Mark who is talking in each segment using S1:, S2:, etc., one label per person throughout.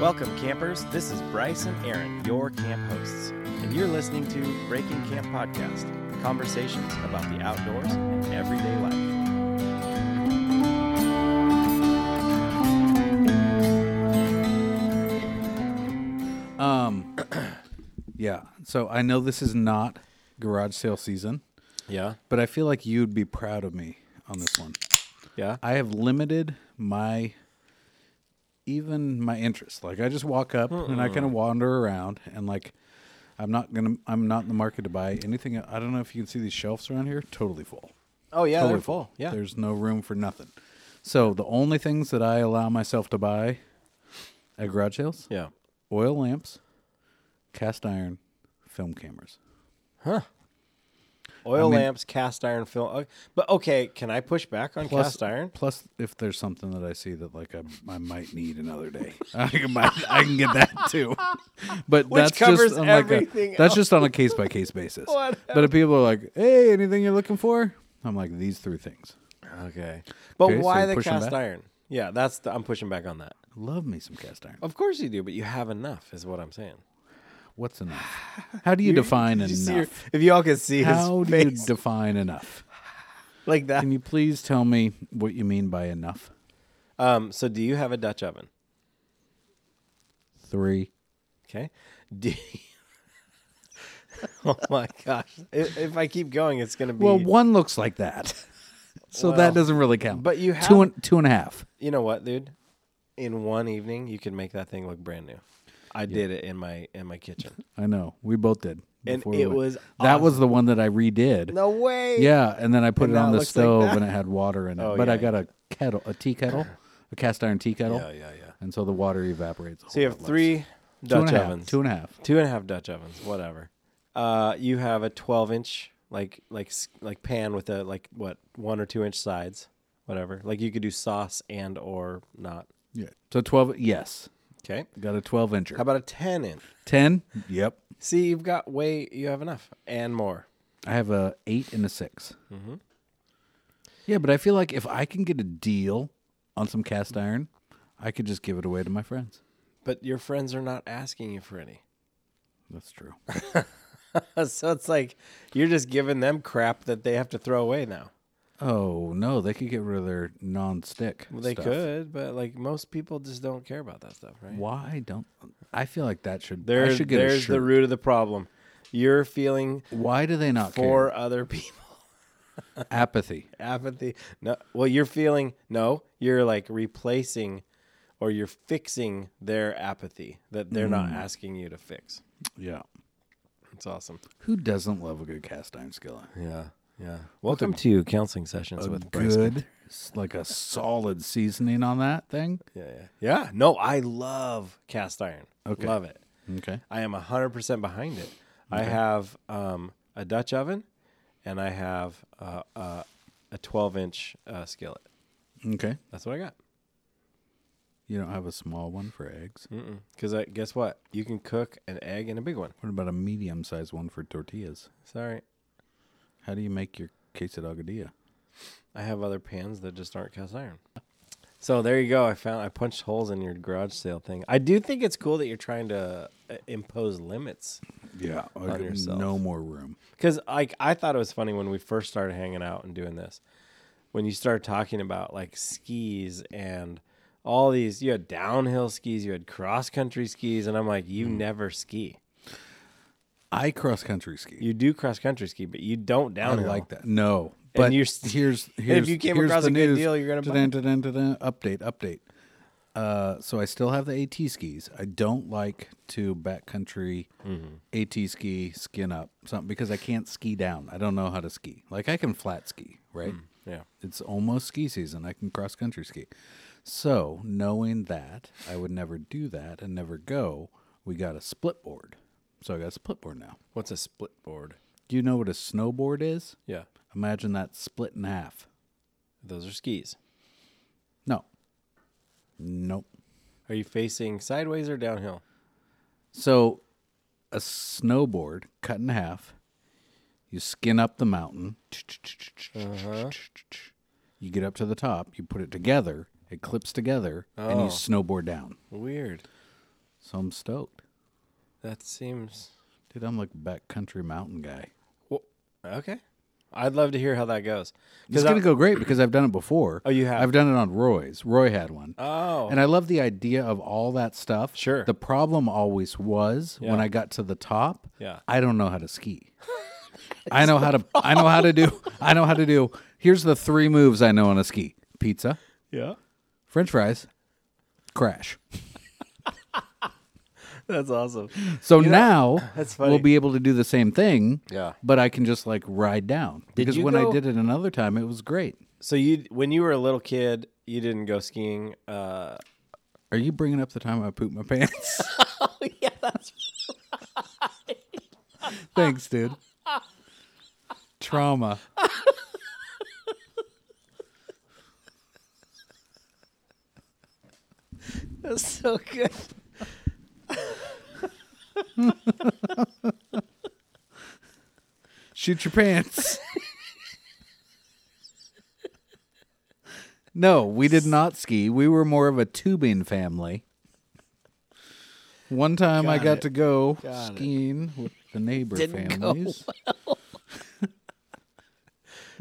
S1: Welcome, campers. This is Bryce and Aaron, your camp hosts, and you're listening to Breaking Camp Podcast conversations about the outdoors and everyday life.
S2: Um, yeah. So I know this is not garage sale season,
S1: Yeah.
S2: but I feel like you'd be proud of me on this one.
S1: Yeah.
S2: I have limited my even my interest. Like I just walk up and I kind of wander around and like I'm not gonna I'm not in the market to buy anything. I don't know if you can see these shelves around here. Totally full.
S1: Oh, yeah.
S2: Totally There's no room for nothing. So the only things that I allow myself to buy at garage sales
S1: yeah.
S2: oil lamps, cast iron, film cameras.
S1: Oil lamps, cast iron film. oh, But okay, can I push back on cast iron?
S2: Plus, if there's something that I see that like I, I might need another day, I can, buy, I can get that too. But
S1: Which
S2: that's
S1: covers
S2: just on like a,
S1: everything
S2: that's just on a case by case basis. But if people are like, "Hey, anything you're looking for?" I'm like, "These three things."
S1: Okay. But
S2: Okay, so
S1: why
S2: you're
S1: the
S2: pushing
S1: cast
S2: back?
S1: iron? Yeah, that's the, I'm pushing back on that.
S2: Love me some cast iron.
S1: Of course you do, but you have enough, is what I'm saying.
S2: What's enough? How do you define
S1: Did you
S2: enough?
S1: see her- if y'all could see
S2: How
S1: his
S2: do you
S1: face
S2: define enough?
S1: like that.
S2: Can you please tell me what you mean by enough?
S1: Um, so do you have a Dutch oven?
S2: Three.
S1: Okay. Do you- oh my gosh! If, if I keep going, it's gonna be.
S2: Well, one looks like that. So
S1: Well,
S2: that doesn't really count.
S1: but you have-
S2: two and, two and a half.
S1: you know what, dude? In one evening, you can make that thing look brand new. I did it in my in my kitchen.
S2: I know. We both did.
S1: And
S2: before we
S1: it
S2: went.
S1: was
S2: that was the one that I redid.
S1: No way.
S2: Yeah, and then I put
S1: And
S2: it on
S1: now it
S2: the
S1: looks like
S2: stove
S1: that.
S2: and it had water in it.
S1: Oh,
S2: but
S1: yeah,
S2: I got a kettle, a tea kettle, a cast iron tea kettle.
S1: Yeah, yeah, yeah.
S2: And so the water evaporates. a
S1: So you
S2: whole
S1: have
S2: lot less.
S1: three
S2: Two and
S1: Dutch
S2: a half,
S1: ovens.
S2: Two and a half.
S1: Two and a half Dutch ovens, whatever. Uh, you have a twelve inch like like s- like pan with a like what one or two inch sides, whatever. Like you could do sauce and or not.
S2: Yeah. So twelve. Yes,
S1: Okay.
S2: got a twelve
S1: How
S2: incher.
S1: about a ten inch?
S2: Ten. Yep.
S1: See, you've got way you have enough and more.
S2: I have a eight and a 6
S1: Mm-hmm.
S2: Yeah, but I feel like if I can get a deal on some cast iron, I could just give it away to my friends.
S1: But your friends are not asking you for any.
S2: That's true.
S1: so it's like you're just giving them crap that they have to throw away now.
S2: oh no, they could get rid of their non-stick.
S1: Well, they
S2: stuff.
S1: could, but like most people just don't care about that stuff, right?
S2: Why don't I feel like that should?
S1: There,
S2: I should get a
S1: there's
S2: shirt.
S1: the root of the problem. You're feeling
S2: Why do they not
S1: for other people
S2: care? Apathy.
S1: apathy. No, well, you're feeling no. You're like replacing, or you're fixing their apathy that they're not asking you to fix.
S2: Yeah.
S1: It's awesome.
S2: Who doesn't love a good cast iron skillet?
S1: Yeah, yeah. Welcome to counseling sessions with Bryce.
S2: Good, s- like a solid seasoning on that thing.
S1: Yeah, yeah, yeah. No, I love cast iron.
S2: Okay.
S1: Love it.
S2: Okay.
S1: I am hundred percent behind it. I have um, a Dutch oven, and I have uh, uh, a twelve-inch uh, skillet.
S2: Okay.
S1: That's what I got.
S2: You don't have a small one for eggs.
S1: Because I guess what you can cook an egg and a big one.
S2: What about a medium-sized one for tortillas?
S1: Sorry,
S2: How do you make your quesadilla?
S1: I have other pans that just aren't cast iron. So there you go. I found I punched holes in your garage sale thing. I do think it's cool that you're trying to uh, impose limits
S2: Yeah,
S1: On yourself.
S2: no more room.
S1: Because like I thought it was funny when we first started hanging out and doing this, when you started talking about like skis and all these, you had downhill skis, you had cross country skis, and I'm like, you never ski.
S2: I cross country ski.
S1: You do cross country ski, but you don't
S2: I
S1: downhill.
S2: like that. No, but
S1: Oh, you're st-
S2: here's here's
S1: if you came
S2: here's
S1: across
S2: the
S1: a good
S2: news.
S1: deal, you're gonna buy
S2: Dun, dun, dun, dun, dun. update update. Uh, so I still have the AT skis. I don't like to backcountry
S1: Mm-hmm.
S2: AT ski skin up something because I can't ski down. I don't know how to ski. Like I can flat ski, right?
S1: Yeah.
S2: It's almost ski season. I can cross country ski. So, knowing that I would never do that and never go, we got a split board. So, I got a split board now.
S1: What's a split board?
S2: Do you know what a snowboard is?
S1: Yeah.
S2: Imagine that split in half.
S1: Those are skis.
S2: No. Nope.
S1: Are you facing sideways or downhill?
S2: So, a snowboard cut in half, you skin up the mountain,
S1: Uh-huh.
S2: you get up to the top, you put it together, it clips together, and you
S1: Oh.
S2: snowboard down.
S1: Weird.
S2: So I'm stoked.
S1: That seems
S2: Dude, I'm like backcountry mountain guy.
S1: well, okay. I'd love to hear how that goes. 'Cause
S2: It's going
S1: I-
S2: to go great because I've done it before.
S1: Oh, you have?
S2: I've done it on Roy's. Roy had one.
S1: Oh,
S2: And I love the idea of all that stuff.
S1: Sure.
S2: The problem always was when
S1: Yeah.
S2: I got to the top,
S1: Yeah.
S2: I don't know how to ski. I know how to I know how to do I know how to do here's the three moves I know on a ski. Pizza,
S1: yeah.
S2: french fries, crash.
S1: That's awesome.
S2: So
S1: You know,
S2: now
S1: that's funny.
S2: we'll be able to do the same thing.
S1: Yeah.
S2: But I can just like ride down. because
S1: you
S2: when I
S1: go-
S2: did it another time it was great.
S1: So you, when you were a little kid, you didn't go skiing. Uh,
S2: Are you bringing up the time I pooped my pants?
S1: Oh, yeah, that's
S2: Thanks, dude. Trauma.
S1: that's so good.
S2: Shoot your pants. no, we did not ski. We were more of a tubing family. One time I
S1: Got
S2: got
S1: it.
S2: to go
S1: Got it.
S2: skiing with the neighbor
S1: Didn't go
S2: families.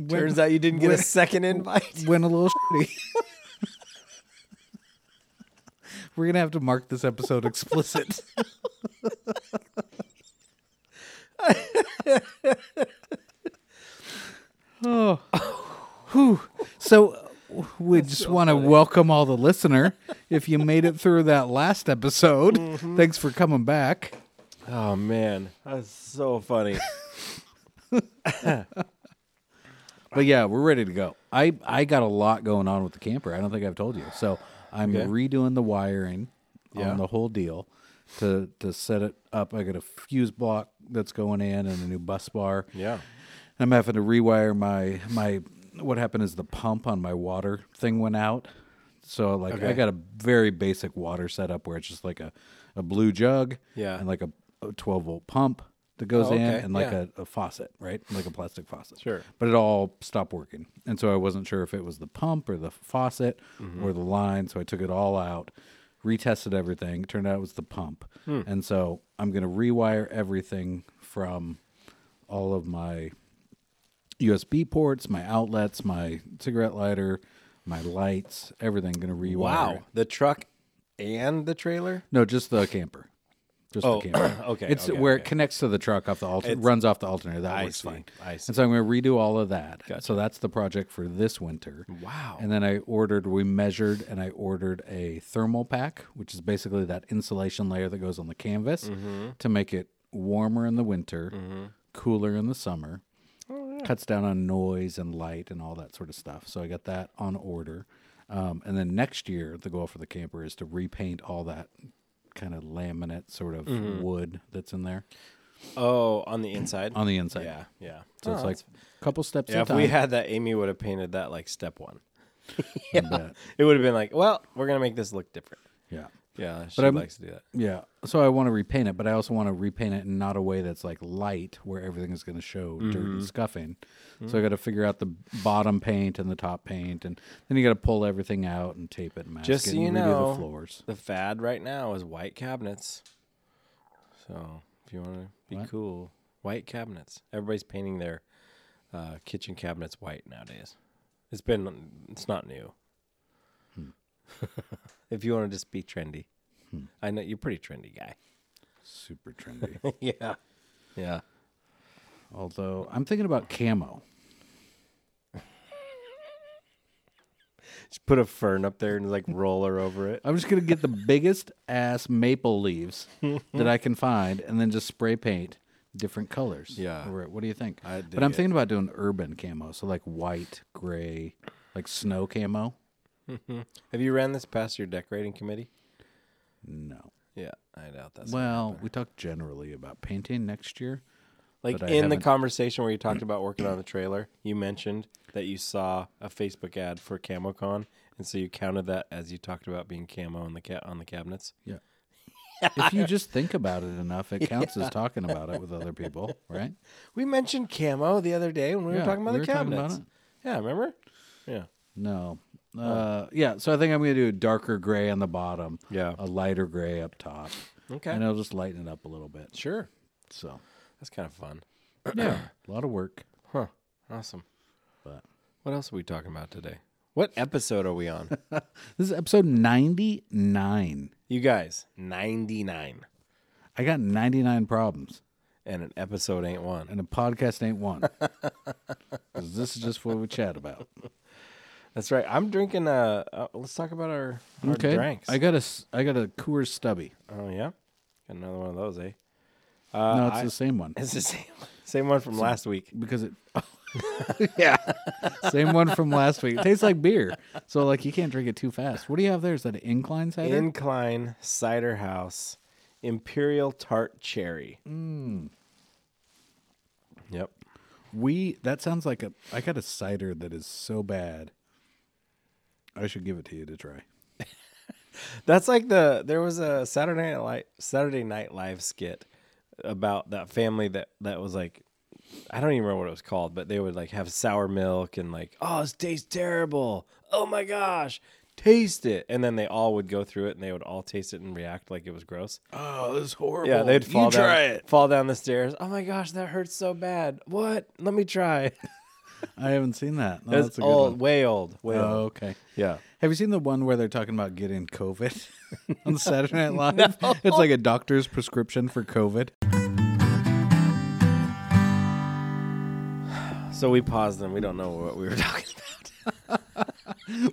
S1: Turns out you didn't get a
S2: when-
S1: second invite.
S2: Went a little shitty. we're going to have to mark this episode explicit. oh. Whew. So uh, we just want to welcome all the listener. If you made it through that last episode, thanks for coming back.
S1: Oh man, that's so funny.
S2: But yeah, we're ready to go. I I got a lot going on with the camper. I don't think I've told you. So I'm
S1: Okay.
S2: redoing the wiring
S1: Yeah.
S2: on the whole deal to to set it up. I got a fuse block that's going in and a new bus bar.
S1: yeah.
S2: I'm having to rewire my my what happened is the pump on my water thing went out. So like I
S1: Okay.
S2: got a very basic water setup where it's just like a, a blue jug
S1: Yeah.
S2: and like a, a 12 volt pump that goes
S1: Oh,
S2: in
S1: okay,
S2: and like
S1: yeah.
S2: a, a faucet, right? Like a plastic faucet.
S1: Sure.
S2: But it all stopped working. And so I wasn't sure if it was the pump or the faucet
S1: Mm-hmm.
S2: or the line. So I took it all out, retested everything. Turned out it was the pump.
S1: Hmm.
S2: And so I'm going to rewire everything from all of my USB ports, my outlets, my cigarette lighter, my lights, everything going to rewire. it.
S1: Wow, the truck and the trailer.
S2: No, just the camper. Just
S1: Oh,
S2: the camper.
S1: okay,
S2: It's
S1: okay,
S2: where it
S1: okay.
S2: connects to the truck off the alternator, runs off the alternator. That
S1: I
S2: works
S1: see,
S2: fine.
S1: I see.
S2: And so I'm going to redo all of that. So that's the project for this winter.
S1: Wow.
S2: And then I ordered, we measured, and I ordered a thermal pack, which is basically that insulation layer that goes on the canvas
S1: Mm-hmm.
S2: to make it warmer in the winter, cooler in the summer.
S1: Oh,
S2: Cuts down on noise and light and all that sort of stuff. So I got that on order. Um, and then next year, the goal for the camper is to repaint all that kind of laminate sort of
S1: Mm-hmm.
S2: wood that's in there
S1: Oh, on the inside.
S2: on the inside.
S1: yeah, yeah.
S2: So it's
S1: Oh,
S2: like a couple steps
S1: Yeah,
S2: at
S1: if
S2: a time.
S1: we had that, Amy would have painted that like step one.
S2: I bet.
S1: It would have been like, well, we're gonna make this look different.
S2: Yeah.
S1: Yeah, she
S2: I'm-
S1: likes to do that.
S2: Yeah. So I want to repaint it, but I also want to repaint it in not a way that's like light where everything is going to show dirt
S1: Mm-hmm.
S2: and scuffing. So I got to figure out the bottom paint and the top paint and then you got to pull everything out and tape it and mask
S1: Just
S2: it
S1: so you
S2: and redo
S1: know,
S2: the floors.
S1: the fad right now is white cabinets. So if you want to be cool, white cabinets. Everybody's painting their uh, kitchen cabinets white nowadays. It's been, it's not new. Hmm. if you want to just be trendy, I know you're a pretty trendy guy.
S2: Super trendy.
S1: yeah, yeah.
S2: Although I'm thinking about camo.
S1: Just put a fern up there and like roll her over it.
S2: I'm just going to get the biggest ass maple leaves that I can find and then just spray paint different colors.
S1: Yeah.
S2: over it. What do you think?
S1: I
S2: but I'm
S1: dig it.
S2: thinking about doing urban camo. So like white, gray, like snow camo.
S1: Have you ran this past your decorating committee?
S2: No.
S1: Yeah, I doubt that's
S2: Well, we talked generally about painting next year.
S1: Like
S2: but I
S1: in the
S2: haven't-
S1: conversation where you talked about working on the trailer, you mentioned that you saw a Facebook ad for CamoCon, and so you counted that as you talked about being camo on the ca- on the cabinets.
S2: Yeah. if you just think about it enough, it counts as talking about it with other people, right?
S1: We mentioned camo the other day when we
S2: Yeah,
S1: were talking about
S2: we
S1: the
S2: were talking about
S1: cabinets. yeah, remember? Yeah.
S2: No, Uh, yeah, so I think I'm gonna do a darker gray on the bottom.
S1: Yeah.
S2: a lighter gray up top.
S1: Okay.
S2: and uh, I'll just lighten it up a little bit.
S1: Sure.
S2: So
S1: That's kind of fun.
S2: yeah, a lot of work,
S1: Huh. Awesome.
S2: but
S1: What else are we talking about today? What episode are we on?
S2: this is episode 99.
S1: you guys, 99.
S2: I got 99 problems,
S1: And an episode ain't one.
S2: and a podcast ain't one. 'Cause this is just what we chat about.
S1: That's right. I'm drinking uh, uh let's talk about our, our
S2: okay,
S1: drinks.
S2: I got a s- I got a Coors Stubby.
S1: oh yeah. Got another one of those, eh?
S2: no, it's the same one
S1: It's the same same one from last week.
S2: because it. yeah, same one from last week. It tastes like beer, so like you can't drink it too fast. What do you have there? Is that an incline cider?
S1: Incline Cider House Imperial Tart Cherry. Mm. Yep.
S2: We that sounds like a I got a cider that is so bad. I should give it to you to try.
S1: That's like the there was a Saturday Night Live, Saturday Night Live skit about that family that that was like I don't even remember what it was called, but they would like have sour milk and like oh this tastes terrible oh my gosh taste it and then they all would go through it and they would all taste it and react like it was gross.
S2: Oh, this is horrible.
S1: Yeah, they'd fall down fall down the stairs. Oh my gosh, that hurts so bad. What? Let me try.
S2: I haven't seen that. No,
S1: That's,
S2: that's a good
S1: old,
S2: one.
S1: way old, way
S2: Oh,
S1: old.
S2: okay.
S1: Yeah.
S2: Have you seen the one where they're talking about getting COVID on Saturday Night Live? It's like a doctor's prescription for COVID.
S1: So we paused and we don't know what we were talking about.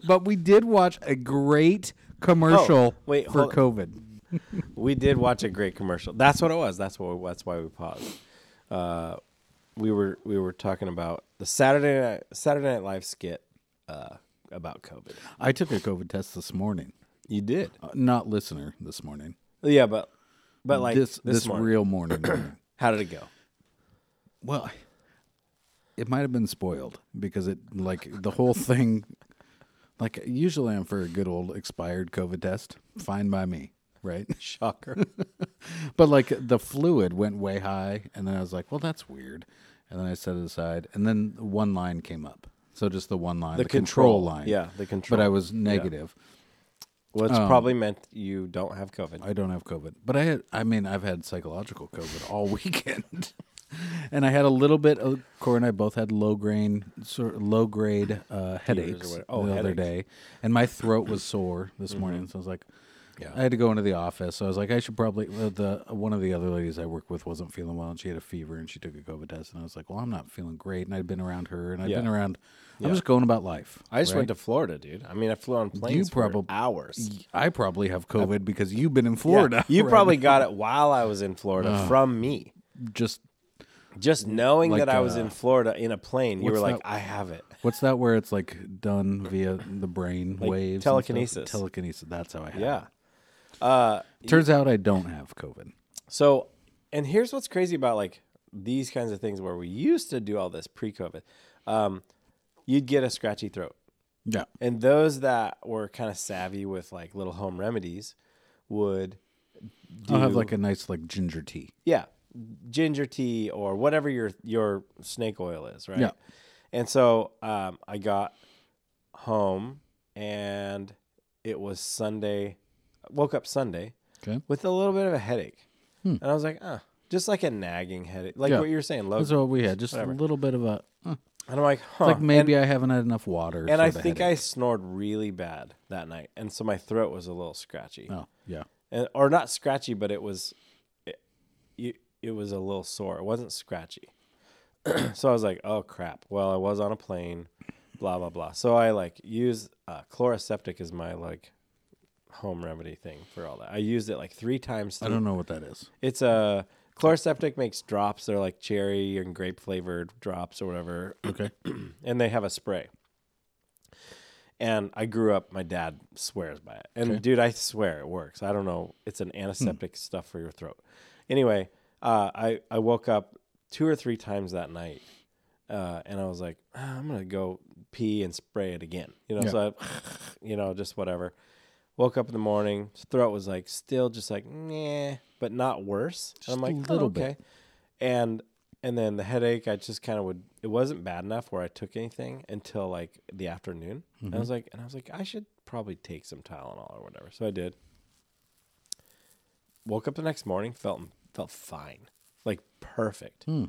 S2: But we did watch a great
S1: Oh,
S2: commercial
S1: wait,
S2: for
S1: hold-
S2: COVID.
S1: We did watch a great commercial. That's what it was. That's what. That's why we paused. Uh, we were we were talking about the Saturday night, Saturday Night Live skit uh, about COVID.
S2: I took a COVID test this morning.
S1: You did,
S2: Uh, not listener this morning.
S1: yeah, but but like
S2: this
S1: this
S2: this,
S1: morning,
S2: real morning.
S1: how did it go?
S2: Well, it might have been spoiled because it like the whole thing. Like usually, I'm for a good old expired COVID test. Fine by me, right?
S1: Shocker.
S2: But like the fluid went way high, and then I was like, "Well, that's weird." And then I set it aside, and then one line came up. So just the one line, the, control,
S1: control,
S2: line,
S1: yeah, the
S2: But I
S1: control,
S2: was um, negative.
S1: Which probably meant you don't have COVID.
S2: I don't have COVID, but I had. I mean, I've had psychological COVID all weekend, and I had a little bit. Of, Corey and I both had low grain, sort of low grade uh, headaches
S1: whatever. Oh,
S2: the other
S1: headaches. Mm-hmm.
S2: day, and my throat was sore this morning. So I was like, I had to go into the office. So I was like, I should probably. well, The one of the other ladies I work with wasn't feeling well, and she had a fever, and she took a COVID test, and I was like, well, I'm not feeling great, and I'd been around her, and I'd
S1: Yeah.
S2: been around. I'm just going about life.
S1: I just went to Florida, dude. I mean, I flew on planes for
S2: probab-
S1: hours.
S2: I probably have COVID because you've been in
S1: Yeah,
S2: Florida.
S1: you
S2: right?
S1: probably got it while I was in Florida from me.
S2: just
S1: Just knowing
S2: Like,
S1: that I was
S2: uh,
S1: in Florida in a plane, you were
S2: what's
S1: like,
S2: that-
S1: I have it.
S2: What's that where it's like done via the brain waves? and stuff?
S1: telekinesis.
S2: Telekinesis. That's how I have
S1: Yeah.
S2: it. Turns out I don't have COVID.
S1: So, and here's what's crazy about like these kinds of things where we used to do all this pre COVID. Um, you'd get a scratchy throat.
S2: Yeah.
S1: And those that were kind of savvy with like little home remedies would,
S2: I'll have like a nice like ginger tea.
S1: yeah, ginger tea or whatever your your snake oil is, right?
S2: Yeah.
S1: And so um, I got home and it was Sunday. Woke up Sunday.
S2: Okay.
S1: with a little bit of a headache. And I was like, uh, just like a nagging headache, like
S2: Hmm. Yeah.
S1: what you were saying, low.
S2: That's what we had. Just a little bit of a uh,
S1: and I'm like, huh.
S2: like maybe I haven't had enough water.
S1: and I think I snored really bad that night, and so my throat was a little scratchy,
S2: Oh yeah.
S1: and or not scratchy, but it was, it, you, it was a little sore. It wasn't scratchy. so I was like, oh crap. Well, I was on a plane, blah blah blah. So I like use uh, chloroseptic as my like home remedy thing for all that. I used it like three times.
S2: I don't know what that is.
S1: It's a chloroseptic makes drops. They're like cherry and grape flavored drops or whatever,
S2: Okay.
S1: and they have a spray. And I grew up. My dad swears by it, and dude, I swear it works. I don't know. It's
S2: Hmm.
S1: an antiseptic stuff for your throat. Anyway, uh, I I woke up two or three times that night, uh, and I was like, "Ah, I'm gonna go pee and spray it again. You know, so I, you know, just whatever. Woke up in the morning, throat was like still just like nah, but not worse. and I'm
S2: a
S1: like,
S2: little
S1: oh, okay. And And then the headache, I just kind of would. It wasn't bad enough where I took anything until like the afternoon. And
S2: Mm-hmm.
S1: I was like, and I was like, I should probably take some Tylenol or whatever. So I did. Woke up the next morning, felt felt fine, like perfect.
S2: Hmm.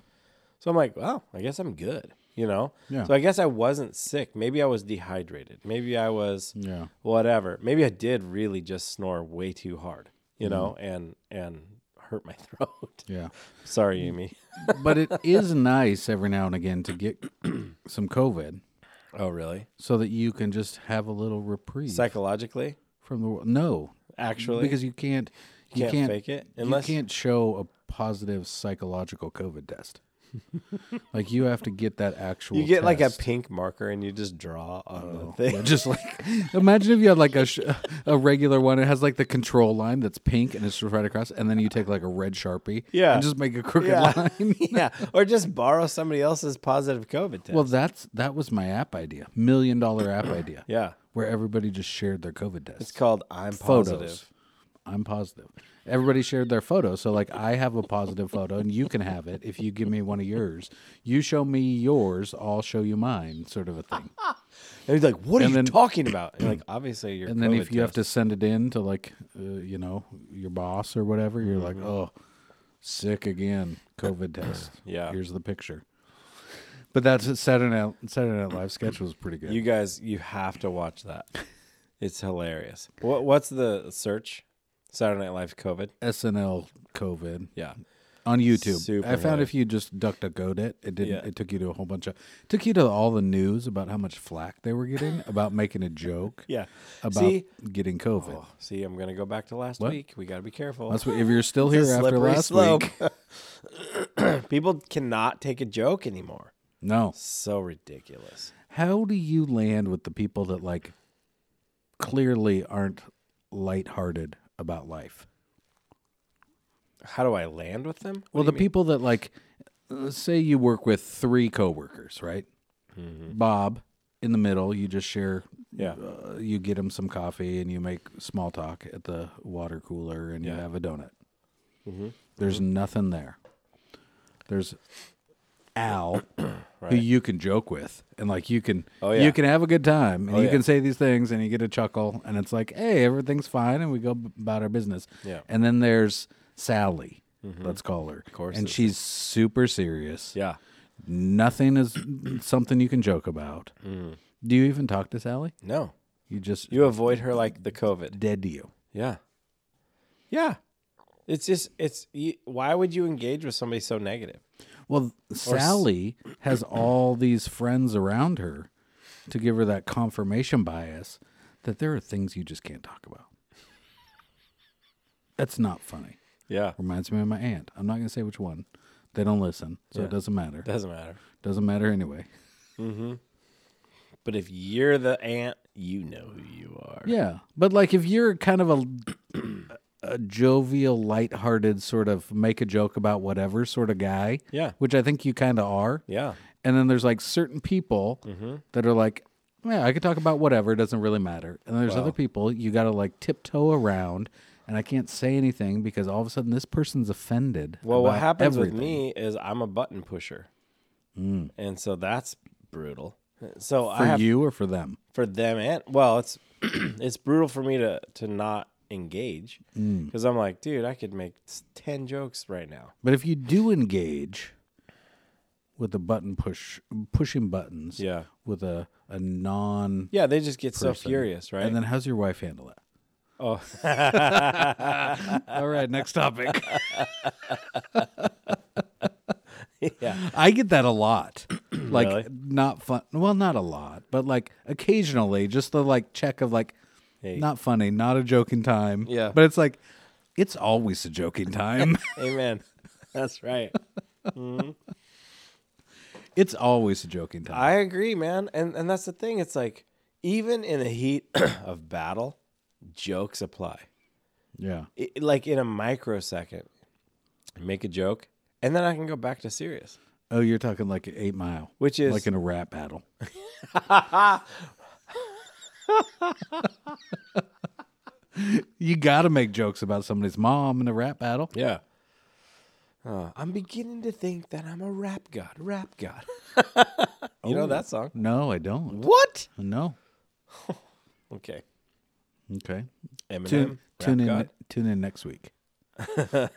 S1: So I'm like, well, I guess I'm good. You know.
S2: Yeah.
S1: So I guess I wasn't sick. Maybe I was dehydrated. Maybe I was
S2: Yeah.
S1: whatever. Maybe I did really just snore way too hard. You know,
S2: Mm-hmm.
S1: and and hurt my throat.
S2: Yeah.
S1: Sorry, Amy.
S2: but it is nice every now and again to get some COVID
S1: Oh, really?
S2: so that you can just have a little reprieve
S1: Psychologically,
S2: from the world. No,
S1: actually,
S2: because you can't. You
S1: can't
S2: can't,
S1: fake it unless-
S2: you can't show a positive psychological COVID test. like you have to get that actual.
S1: you get like a
S2: test. Oh,
S1: pink marker and you just draw on the thing.
S2: Yeah, just like imagine if you had like a sh- a regular one. It has like the control line that's pink and it's right across, and then you take like a red sharpie,
S1: Yeah.
S2: and just make a crooked
S1: Yeah.
S2: line.
S1: yeah, or just borrow somebody else's positive COVID test.
S2: Well, that's that was my app idea, million dollar app idea,
S1: yeah,
S2: where everybody just shared their COVID tests.
S1: it's called I'm
S2: photos.
S1: positive.
S2: I'm positive. Everybody shared their photo. So, like, I have a positive photo and you can have it if you give me one of yours. You show me yours, I'll show you mine, sort of a thing.
S1: And he's like, "What are
S2: And
S1: you
S2: then-
S1: talking about?" And like, obviously, you're.
S2: And then if you have to send it in to, like, uh, you know, your boss or whatever, you're like,
S1: Mm-hmm.
S2: oh, sick again, COVID test.
S1: Yeah.
S2: Here's the picture. But that's Saturday Night, Saturday Night Live sketch was pretty good.
S1: you guys, you have to watch that. It's hilarious. What What's the search? Saturday Night Live COVID.
S2: SNL COVID.
S1: Yeah,
S2: on YouTube.
S1: Super
S2: I found
S1: high.
S2: if you just duck duck go it, it didn't.
S1: Yeah.
S2: It took you to a whole bunch of took you to all the news about how much flack they were getting about making a joke
S1: yeah.
S2: about
S1: see, Oh.
S2: getting COVID.
S1: see, I'm gonna go back to last
S2: What?
S1: week. We got to be careful.
S2: That's what, if you're still here
S1: It's a
S2: after
S1: slippery
S2: last week.
S1: slope. People cannot take a joke anymore.
S2: No.
S1: So ridiculous.
S2: How do you land with the people that like clearly aren't lighthearted about life?
S1: How do I land with them?
S2: Well, the people that like, uh, say you work with three coworkers, right?
S1: Mm-hmm.
S2: Bob in the middle, you just share.
S1: Yeah.
S2: uh, you get him some coffee and you make small talk at the water cooler and you have a donut.
S1: Mm-hmm.
S2: There's nothing there. There's Al, who you can joke with and like you can
S1: Oh, yeah. Oh,
S2: you can have a good time and you
S1: yeah.
S2: can say these things and you get a chuckle and it's like hey everything's fine and we go b- about our business.
S1: Yeah. Mm-hmm.
S2: And then there's Sally, let's call her. Of
S1: course
S2: And
S1: it's-
S2: she's super serious.
S1: yeah.
S2: Nothing is something you can joke about.
S1: Mm.
S2: Do you even talk to Sally?
S1: No.
S2: You just
S1: You avoid her like the COVID.
S2: dead to you.
S1: Yeah. Yeah. It's just it's you, why would you engage with somebody so negative?
S2: Well, Sally has all these friends around her to give her that confirmation bias that there are things you just can't talk about. That's not funny.
S1: Yeah.
S2: Reminds me of my aunt. I'm not going to say which one. They don't listen, so it doesn't matter.
S1: Doesn't matter.
S2: Doesn't matter anyway.
S1: But if you're the aunt, you know who you are.
S2: Yeah, but like if you're kind of a a jovial, lighthearted sort of make a joke about whatever sort of guy,
S1: Yeah.
S2: which I think you kind of are.
S1: Yeah.
S2: And then there's like certain people
S1: Mm-hmm.
S2: that are like, yeah, I could talk about whatever, it doesn't really matter. And there's other people you got to like tiptoe around, and I can't say anything because all of a sudden this person's offended.
S1: Well, what
S2: about
S1: happens
S2: everything. Mm.
S1: with me is I'm a button pusher. And so that's brutal. So
S2: for
S1: I have
S2: you or for them?
S1: for them and well it's it's brutal for me to to not engage because i'm like dude i could make s- 10 jokes right now
S2: But if you do engage with the button push, pushing buttons,
S1: Yeah.
S2: with a a non,
S1: yeah they just get so
S2: Person.
S1: furious right
S2: and then how's your wife handle it?
S1: oh
S2: All right, next topic.
S1: yeah
S2: I get that a lot. Like
S1: Really?
S2: not fun. Well, not a lot, but like occasionally, just the like check of like,
S1: Hey.
S2: not funny, not a joking time.
S1: Yeah.
S2: but it's like, it's always a joking time.
S1: amen that's right
S2: it's always a joking time.
S1: i agree man and and that's the thing it's like even in the heat of battle jokes apply
S2: yeah,
S1: It- like in a microsecond I make a joke and then i can go back to serious
S2: Oh, you're talking like Eight Mile,
S1: Which is-
S2: like in a rap battle. you got to make jokes about somebody's mom in a rap battle.
S1: yeah Uh, I'm beginning to think that I'm a rap god. Rap god. you know that song?
S2: No, I don't.
S1: Oh. What?
S2: No.
S1: Okay.
S2: Okay.
S1: Eminem.
S2: Tune,
S1: rap
S2: tune in.
S1: god.
S2: Tune in next week. I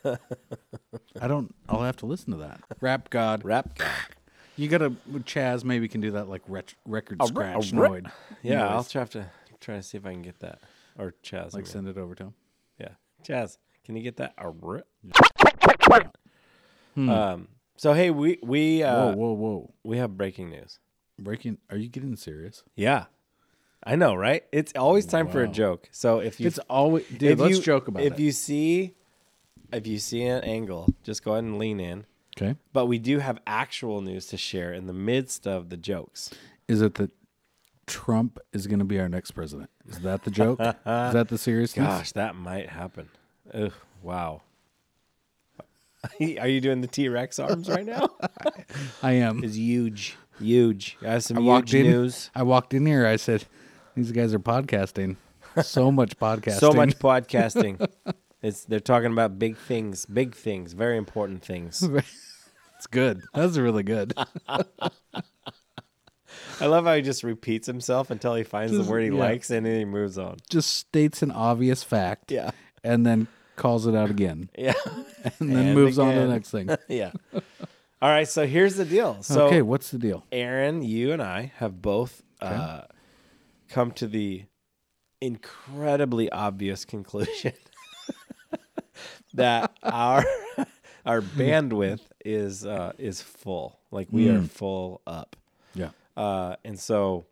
S2: don't. I'll have to listen to that. Rap God.
S1: Rap god.
S2: You gotta. Chaz maybe can do that like ret- record
S1: A ra- a
S2: scratch
S1: ra-
S2: noid.
S1: Yeah, I'll
S2: noise.
S1: try to try to see if I can get that. Or Chaz.
S2: like
S1: I mean.
S2: send it over to him.
S1: Yeah. Chaz, can you get that? A r- Um, so hey, we we uh,
S2: whoa, whoa, whoa!
S1: we have breaking news.
S2: Breaking. Are you getting serious?
S1: Yeah. I know, right? It's always time for a
S2: Wow.
S1: joke. So if you
S2: It's always. Dude,
S1: if
S2: let's
S1: you-
S2: joke about
S1: if
S2: it.
S1: you see if you see an angle, just go ahead and lean in.
S2: okay.
S1: But we do have actual news to share in the midst of the jokes.
S2: Is it that Trump is going to be our next president? Is that the joke? is that the seriousness?
S1: Gosh, that might happen. Ugh, wow. Are you doing the T Rex arms right now?
S2: I am.
S1: It's huge, huge. I have some
S2: I
S1: huge
S2: walked in.
S1: news.
S2: I walked in here. I said, "These guys are podcasting. So much podcasting.
S1: So much podcasting. it's they're talking about big things, big things, very important things.
S2: it's good. That's really good.
S1: I love how he just repeats himself until he finds
S2: Just-
S1: the word he
S2: yeah.
S1: likes and then he moves on.
S2: Just states an obvious fact.
S1: Yeah.
S2: and then calls it out again,
S1: Yeah.
S2: and then
S1: And
S2: moves on to the
S1: again.
S2: next thing.
S1: yeah. All right, so here's the deal. So
S2: okay, what's the deal?
S1: Aaron, you and I have both uh, come to the incredibly obvious conclusion that our our
S2: Hmm.
S1: bandwidth is uh, is full. Like we
S2: Hmm.
S1: are full up,
S2: Yeah.
S1: uh, and so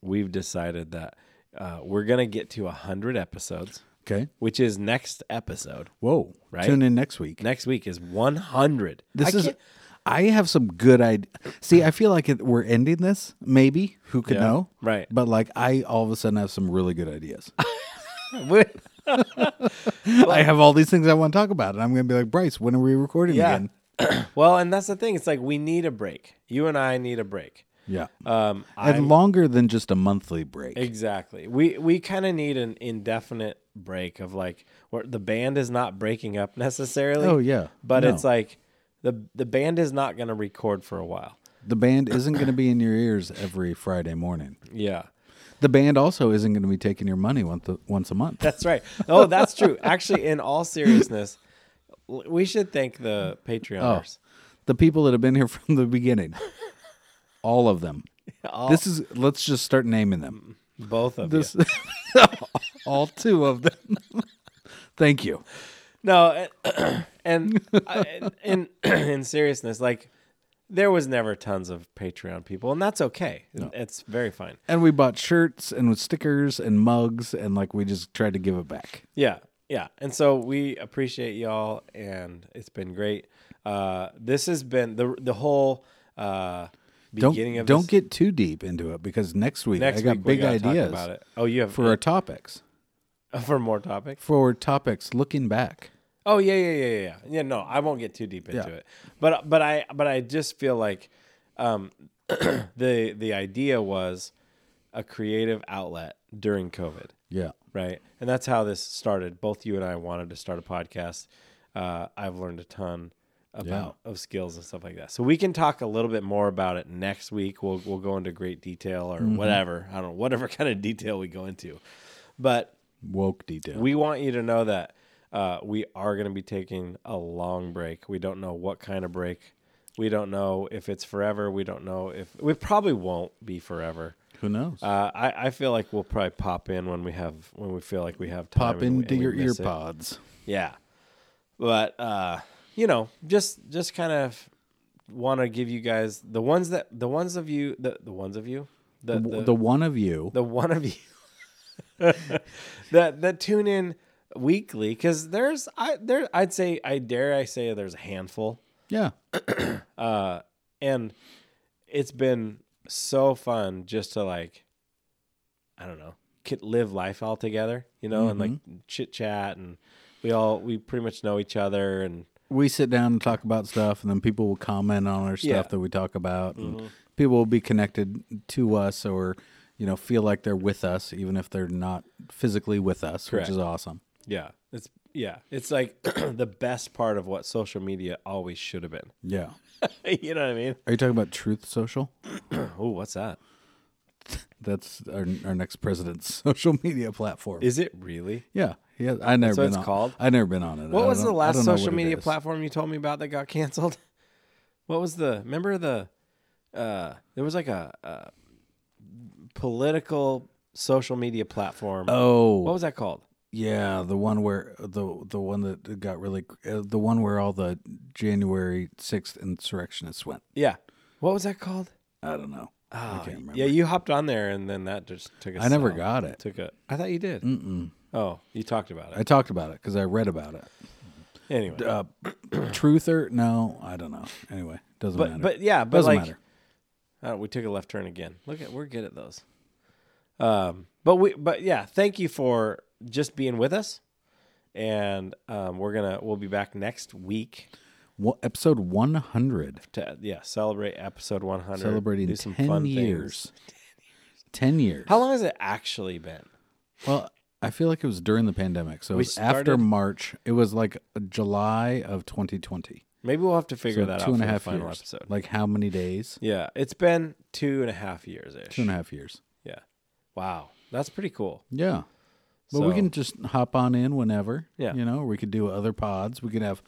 S1: we've decided that uh, we're gonna get to hundred episodes,
S2: Okay.
S1: which is next episode.
S2: Whoa.
S1: Right?
S2: Tune in next week.
S1: Next week is one hundred.
S2: This is. I have some good idea. See, I feel like it, we're ending this. Maybe who could
S1: Yeah,
S2: know?
S1: right.
S2: But like, I all of a sudden have some really good ideas. I have all these things I want to talk about, and I'm going to be like, Bryce, when are we recording again?
S1: well, and that's the thing. It's like we need a break. You and I need a break.
S2: Yeah.
S1: Um,
S2: and
S1: I'm-
S2: longer than just a monthly break.
S1: exactly. We we kind of need an indefinite break of like where the band is not breaking up necessarily.
S2: Oh, yeah.
S1: but
S2: No.
S1: it's like the the band is not going to record for a while.
S2: the band isn't going to be in your ears every Friday morning.
S1: Yeah,
S2: The band also isn't going to be taking your money once a, once a month.
S1: that's right. Oh, that's true. Actually, in all seriousness, l- we should thank the Patreoners.
S2: Oh. The people that have been here from the beginning, all of them. This is let's just start naming them.
S1: Both of
S2: This,
S1: you.
S2: all two of them. Thank you.
S1: No, and- and I- in in seriousness, like there was never tons of Patreon people, and that's okay. It's very fine.
S2: And we bought shirts and with stickers and mugs and like we just tried to give it back.
S1: Yeah, yeah. And so we appreciate y'all, and it's been great. Uh, this has been the the whole uh,
S2: Don't
S1: beginning of
S2: don't
S1: this-
S2: get too deep into it because next week
S1: next
S2: I got
S1: week we
S2: big
S1: gotta talk
S2: ideas
S1: about it. Oh, you have
S2: for our topics.
S1: for more topics.
S2: For topics looking back.
S1: Oh yeah, yeah, yeah, yeah, yeah. Yeah, no, I won't get too deep into
S2: Yeah.
S1: it. But but I but I just feel like um, the the idea was a creative outlet during COVID,
S2: Yeah.
S1: right? And that's how this started. Both you and I wanted to start a podcast. Uh, I've learned a ton about of skills and stuff like that. So we can talk a little bit more about it next week. We'll we'll go into great detail or whatever. I don't know whatever kind of detail we go into, but
S2: Woke detail.
S1: we want you to know that uh, we are going to be taking a long break. We don't know what kind of break. We don't know if it's forever. We don't know if we probably won't be forever.
S2: Who knows?
S1: Uh, I, I feel like we'll probably pop in when we have when we feel like we have time.
S2: Pop
S1: and we-
S2: into
S1: and we
S2: your ear
S1: miss it.
S2: pods.
S1: Yeah, but uh, you know, just just kind of want to give you guys the ones that the ones of you the, the ones of you the,
S2: The, one of you.
S1: the one of you that that tune in weekly because there's I there I'd say I dare I say there's a handful
S2: yeah.
S1: and it's been so fun just to like I don't know ki- live life all together you know and like chit chat and we all we pretty much know each other and
S2: we sit down and talk about stuff, and then people will comment on our stuff
S1: Yeah. Mm-hmm.
S2: that we talk about, and people will be connected to us or, you know, feel like they're with us, even if they're not physically with us,
S1: Correct.
S2: which is awesome.
S1: yeah it's yeah, it's like the best part of what social media always should have been.
S2: Yeah.
S1: you know what I mean?
S2: Are you talking about Truth Social?
S1: Oh, what's that?
S2: That's our, our next president's social media platform.
S1: Is it really?
S2: yeah. Yeah. I never
S1: what
S2: been
S1: it's
S2: on.
S1: called?
S2: I never been on it.
S1: What
S2: I
S1: was the
S2: don't- I
S1: last
S2: don't know
S1: social
S2: what it
S1: media
S2: is.
S1: platform you told me about that got canceled? What was the? Remember the? Uh, there was like a, a political social media platform.
S2: Oh,
S1: What was that called?
S2: yeah, the one where the the one that got really uh, the one where all the January sixth insurrectionists went.
S1: Yeah. What was that called? Ah,
S2: I don't know. I can't remember.
S1: Yeah, Oh, you hopped on there and then that just took. a
S2: I never
S1: south.
S2: got it.
S1: Took a. I thought you did. Mm-mm. Oh, you talked about it.
S2: I talked about it because I read about it.
S1: Anyway,
S2: Uh, truther? No, I don't know. Anyway, doesn't
S1: but
S2: matter.
S1: but yeah, but
S2: doesn't
S1: like
S2: matter.
S1: I don't- Oh, we took a left turn again. Look at we're good at those. Um, but we but yeah, thank you for just being with us, and um, we're gonna we'll be back next week
S2: Wha- episode one hundred
S1: to yeah celebrate episode one hundred.
S2: celebrating ten years. Ten years.
S1: How long has it actually been?
S2: Well, I feel like it was during the pandemic, so it
S1: We
S2: was after
S1: started-
S2: March. It was like July of 2020.
S1: Maybe we'll have to figure
S2: So
S1: that
S2: two
S1: out
S2: and a
S1: for
S2: half
S1: the final
S2: years.
S1: episode.
S2: Like how many days?
S1: yeah, it's been two and a half years ish.
S2: Two and a half years.
S1: Yeah. Wow. That's pretty cool.
S2: Yeah. But we
S1: So-
S2: can just hop on in whenever.
S1: Yeah.
S2: You know, we could do other pods. We could have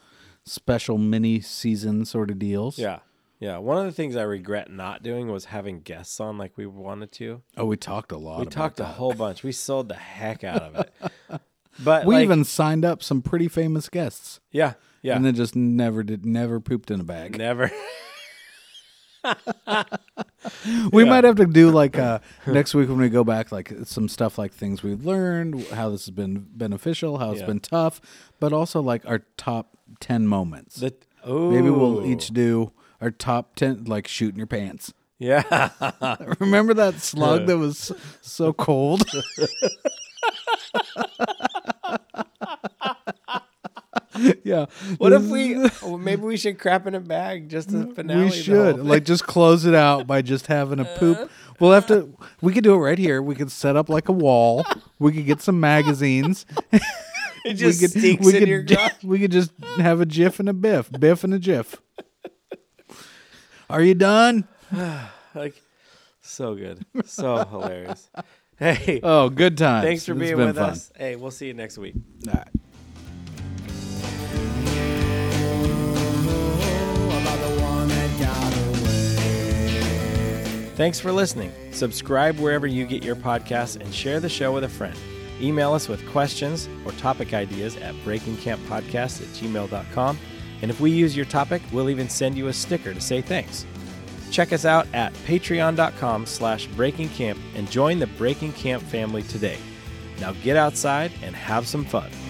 S2: special mini season sort of deals.
S1: Yeah. Yeah. One of the things I regret not doing was having guests on like we wanted to.
S2: Oh, we talked a lot.
S1: We
S2: about
S1: talked a
S2: that.
S1: whole bunch. We sold the heck out of it. But
S2: We
S1: like,
S2: even signed up some pretty famous guests,
S1: yeah, yeah,
S2: and then just never did, never pooped in a bag.
S1: never.
S2: We might have to do like uh, next week when we go back, like some stuff like things we've learned, how this has been beneficial, how it's
S1: Yeah.
S2: been tough, but also like our top ten moments.
S1: The, oh,
S2: Maybe we'll each do our top ten, like shooting your pants.
S1: Yeah,
S2: Remember that slug that was so cold? yeah.
S1: what if we? well, Maybe we should crap in a bag just to finale.
S2: we
S1: the whole
S2: should
S1: thing.
S2: like just close it out by just having a
S1: Uh-huh.
S2: poop. We'll have to. We could do it right here. We could set up like a wall. We could get some magazines.
S1: it just
S2: we could,
S1: stinks
S2: we
S1: in
S2: could
S1: your
S2: ju-
S1: gut.
S2: We could just have a jiff and a biff, biff and a jiff. Are you done?
S1: Like, so good, so hilarious. Hey,
S2: Oh, good times.
S1: thanks for
S2: It's
S1: being
S2: been
S1: with
S2: fun.
S1: us. Hey, we'll see you next week.
S2: All right.
S1: Thanks for listening. Subscribe wherever you get your podcasts and share the show with a friend. Email us with questions or topic ideas at breakingcamppodcast at gmail.com. And if we use your topic, we'll even send you a sticker to say thanks. Check us out at patreon.com slash breakingcamp and join the Breaking Camp family today. Now get outside and have some fun.